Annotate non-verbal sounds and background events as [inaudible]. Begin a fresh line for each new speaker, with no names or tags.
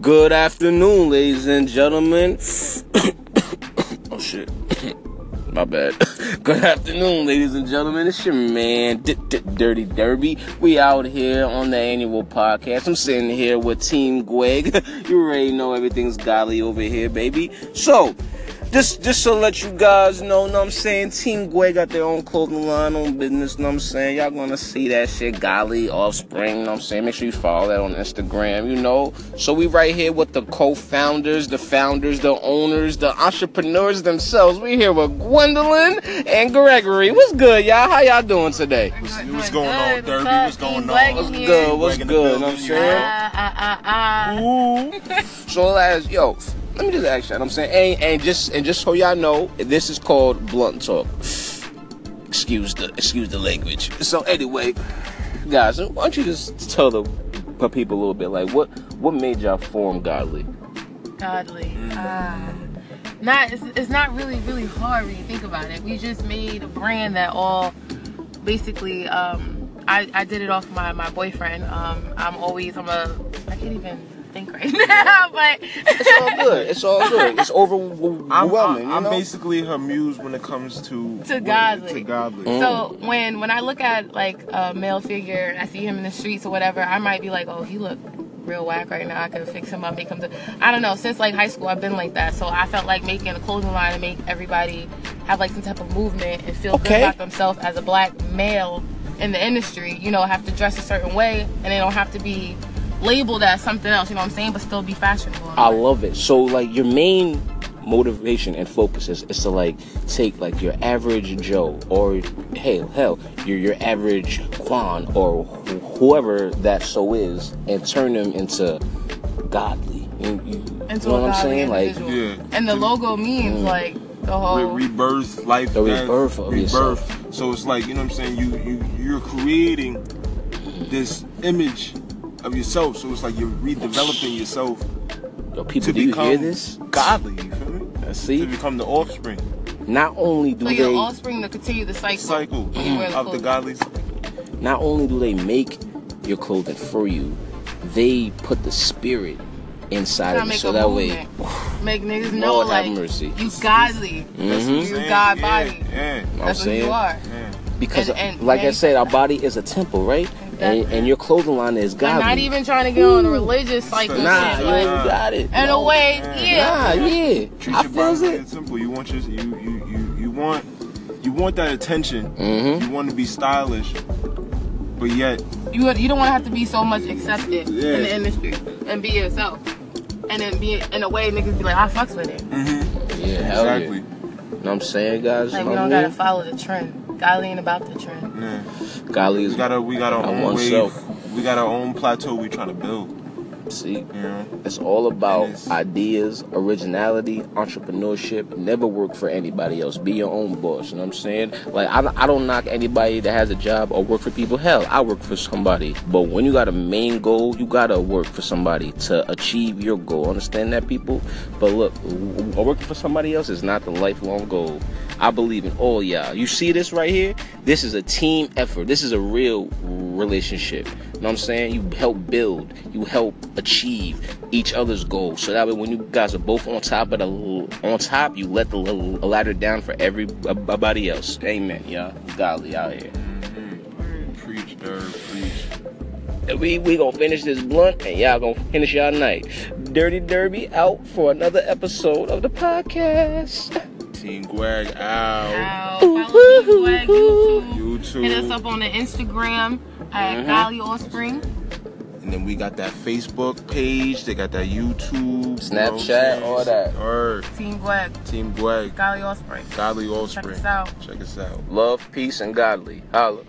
Good afternoon, ladies and gentlemen. [coughs] oh shit. [coughs] My bad. [coughs] Good afternoon, ladies and gentlemen. It's your man, D- D- Dirty Derby. We out here on the annual podcast. I'm sitting here with Team Gweg. [laughs] you already know everything's golly over here, baby. So, just just to let you guys know, know what I'm saying? Team Gweg got their own clothing line, own business, know what I'm saying? Y'all gonna see that shit, golly, offspring, know what I'm saying? Make sure you follow that on Instagram, you know? So we right here with the co-founders, the founders, the owners, the entrepreneurs themselves. We here with Gwendolyn and Gregory. What's good, y'all? How y'all doing today?
What's,
Good,
what's
good,
going on,
good.
Derby?
What's up,
What's going
Team
on?
Wagon
What's
here?
good? What's
Gweg in the
good? Know what I'm
building,
Ah,
saying?
ah, ah, ah.
So last, yo, let me just ask you. I'm saying, and, and just and just so y'all know, this is called blunt talk. Excuse the excuse the language. So anyway, guys, why don't you just tell the p- people a little bit, like what what made y'all form Godly?
Godly. Ah. Not it's, it's not really really hard when you think about it. We just made a brand that all basically um I, I did it off my my boyfriend. Um I'm always I'm a I can't even think right [laughs] now, but
It's all good. It's all good. It's overwhelming.
[laughs] I'm, I'm,
you
I'm
know?
basically her muse when it comes to
To godly.
To godly.
Mm.
So when when I look at like a male figure and I see him in the streets or whatever, I might be like, oh, he look real whack right now. I could fix him up, make him. Do-. I don't know. Since like high school, I've been like that. So I felt like making a clothing line to make everybody have like some type of movement and feel
Okay.
good about themselves as a black male in the industry. You know, have to dress a certain way and they don't have to be labeled as something else. You know what I'm saying? But still be fashionable.
I love it. So like your main motivation and focus is, is to like take like your average Joe or hell hell your your average Quan or wh- whoever that so is and turn them into godly. You, you,
Into
you know
a
what I'm
godly
saying? Like Mm.
individual.
Yeah.
And the logo means like the
Re-
whole.
rebirth, life,
The
death,
rebirth of yourself.
rebirth. So it's like you know what I'm saying. You you you're creating this image of yourself. So it's like you're redeveloping yourself
yo,
to
people, do you
become
hear this?
godly. You feel me? To
See,
become the offspring
not only do
So your
they
offspring to continue the cycle.
cycle
Wear the
of the
clothes.
godly. cycle.
not only do they make your clothing for you, they put the spirit inside of
Tryna
it.
make
So
a
that way,
movement. make niggas know
Lord have
like
mercy.
you godly.
Mm-hmm.
That's what I'm
You
saying.
God
yeah,
body.
Yeah.
I'm
That's
saying,
what you are.
yeah.
because
And- and
like I
many-
said, our body is a temple, right?
Exactly.
And, and your clothing line is
I'm
godly.
not even trying to get on a religious cycle.
Nah,
Nah,
you
shit. Like,
yeah.
got it.
in a
No.
way, yeah.
Nah, yeah.
Treat
I
your
feels
body
it.
it's simple. You want your you you you, you want you want that attention.
Mm-hmm.
You want to be stylish, but yet
You would- you don't want to have to be so much accepted in the
Yeah.
industry and be yourself. And then be in a way, niggas be like, I fucks with it.
Yeah, hell yeah.
exactly.
Know what I'm saying, guys?
Like
know
we
what
don't
I
gotta
mean?
follow the trend. Godly ain't about the trend.
Yeah.
Golly is
We got our we got our
I
own
want
wave.
self.
We got our own plateau. We trying to build.
see.
You know.
It's all about
It is.
ideas, originality, entrepreneurship. Never work for anybody else. Be your own boss. You know what I'm saying? Like, I, I don't knock anybody that has a job or work for people. Hell, I work for somebody. But when you got a main goal, you got to work for somebody to achieve your goal. Understand that, people? But look, w- w- working for somebody else is not the lifelong goal. I believe in all y'all. You see this right here? This is a team effort. This is a real relationship. You know what I'm saying? You help build, you help achieve each other's goals. So that way, when you guys are both on top of the on top, you let the l- ladder down for everybody else. Amen, y'all. Godly out here.
Preach, Derb, preach.
And We we gonna finish this blunt, and y'all gonna finish y'all night. Dirty Derby out for another episode of the podcast.
Team Gwag out.
Now, follow Team Black YouTube. Hit us
YouTube.
up on the Instagram at
Mm-hmm.
Godly Offspring.
And then we got that Facebook page. They got that YouTube. you know what I'm
Snapchat,
saying?
all that.
Word.
Team Black,
Team Gwag.
Godly Offspring.
Godly Offspring.
us out.
Check us out.
Love, peace, and godly. Holla.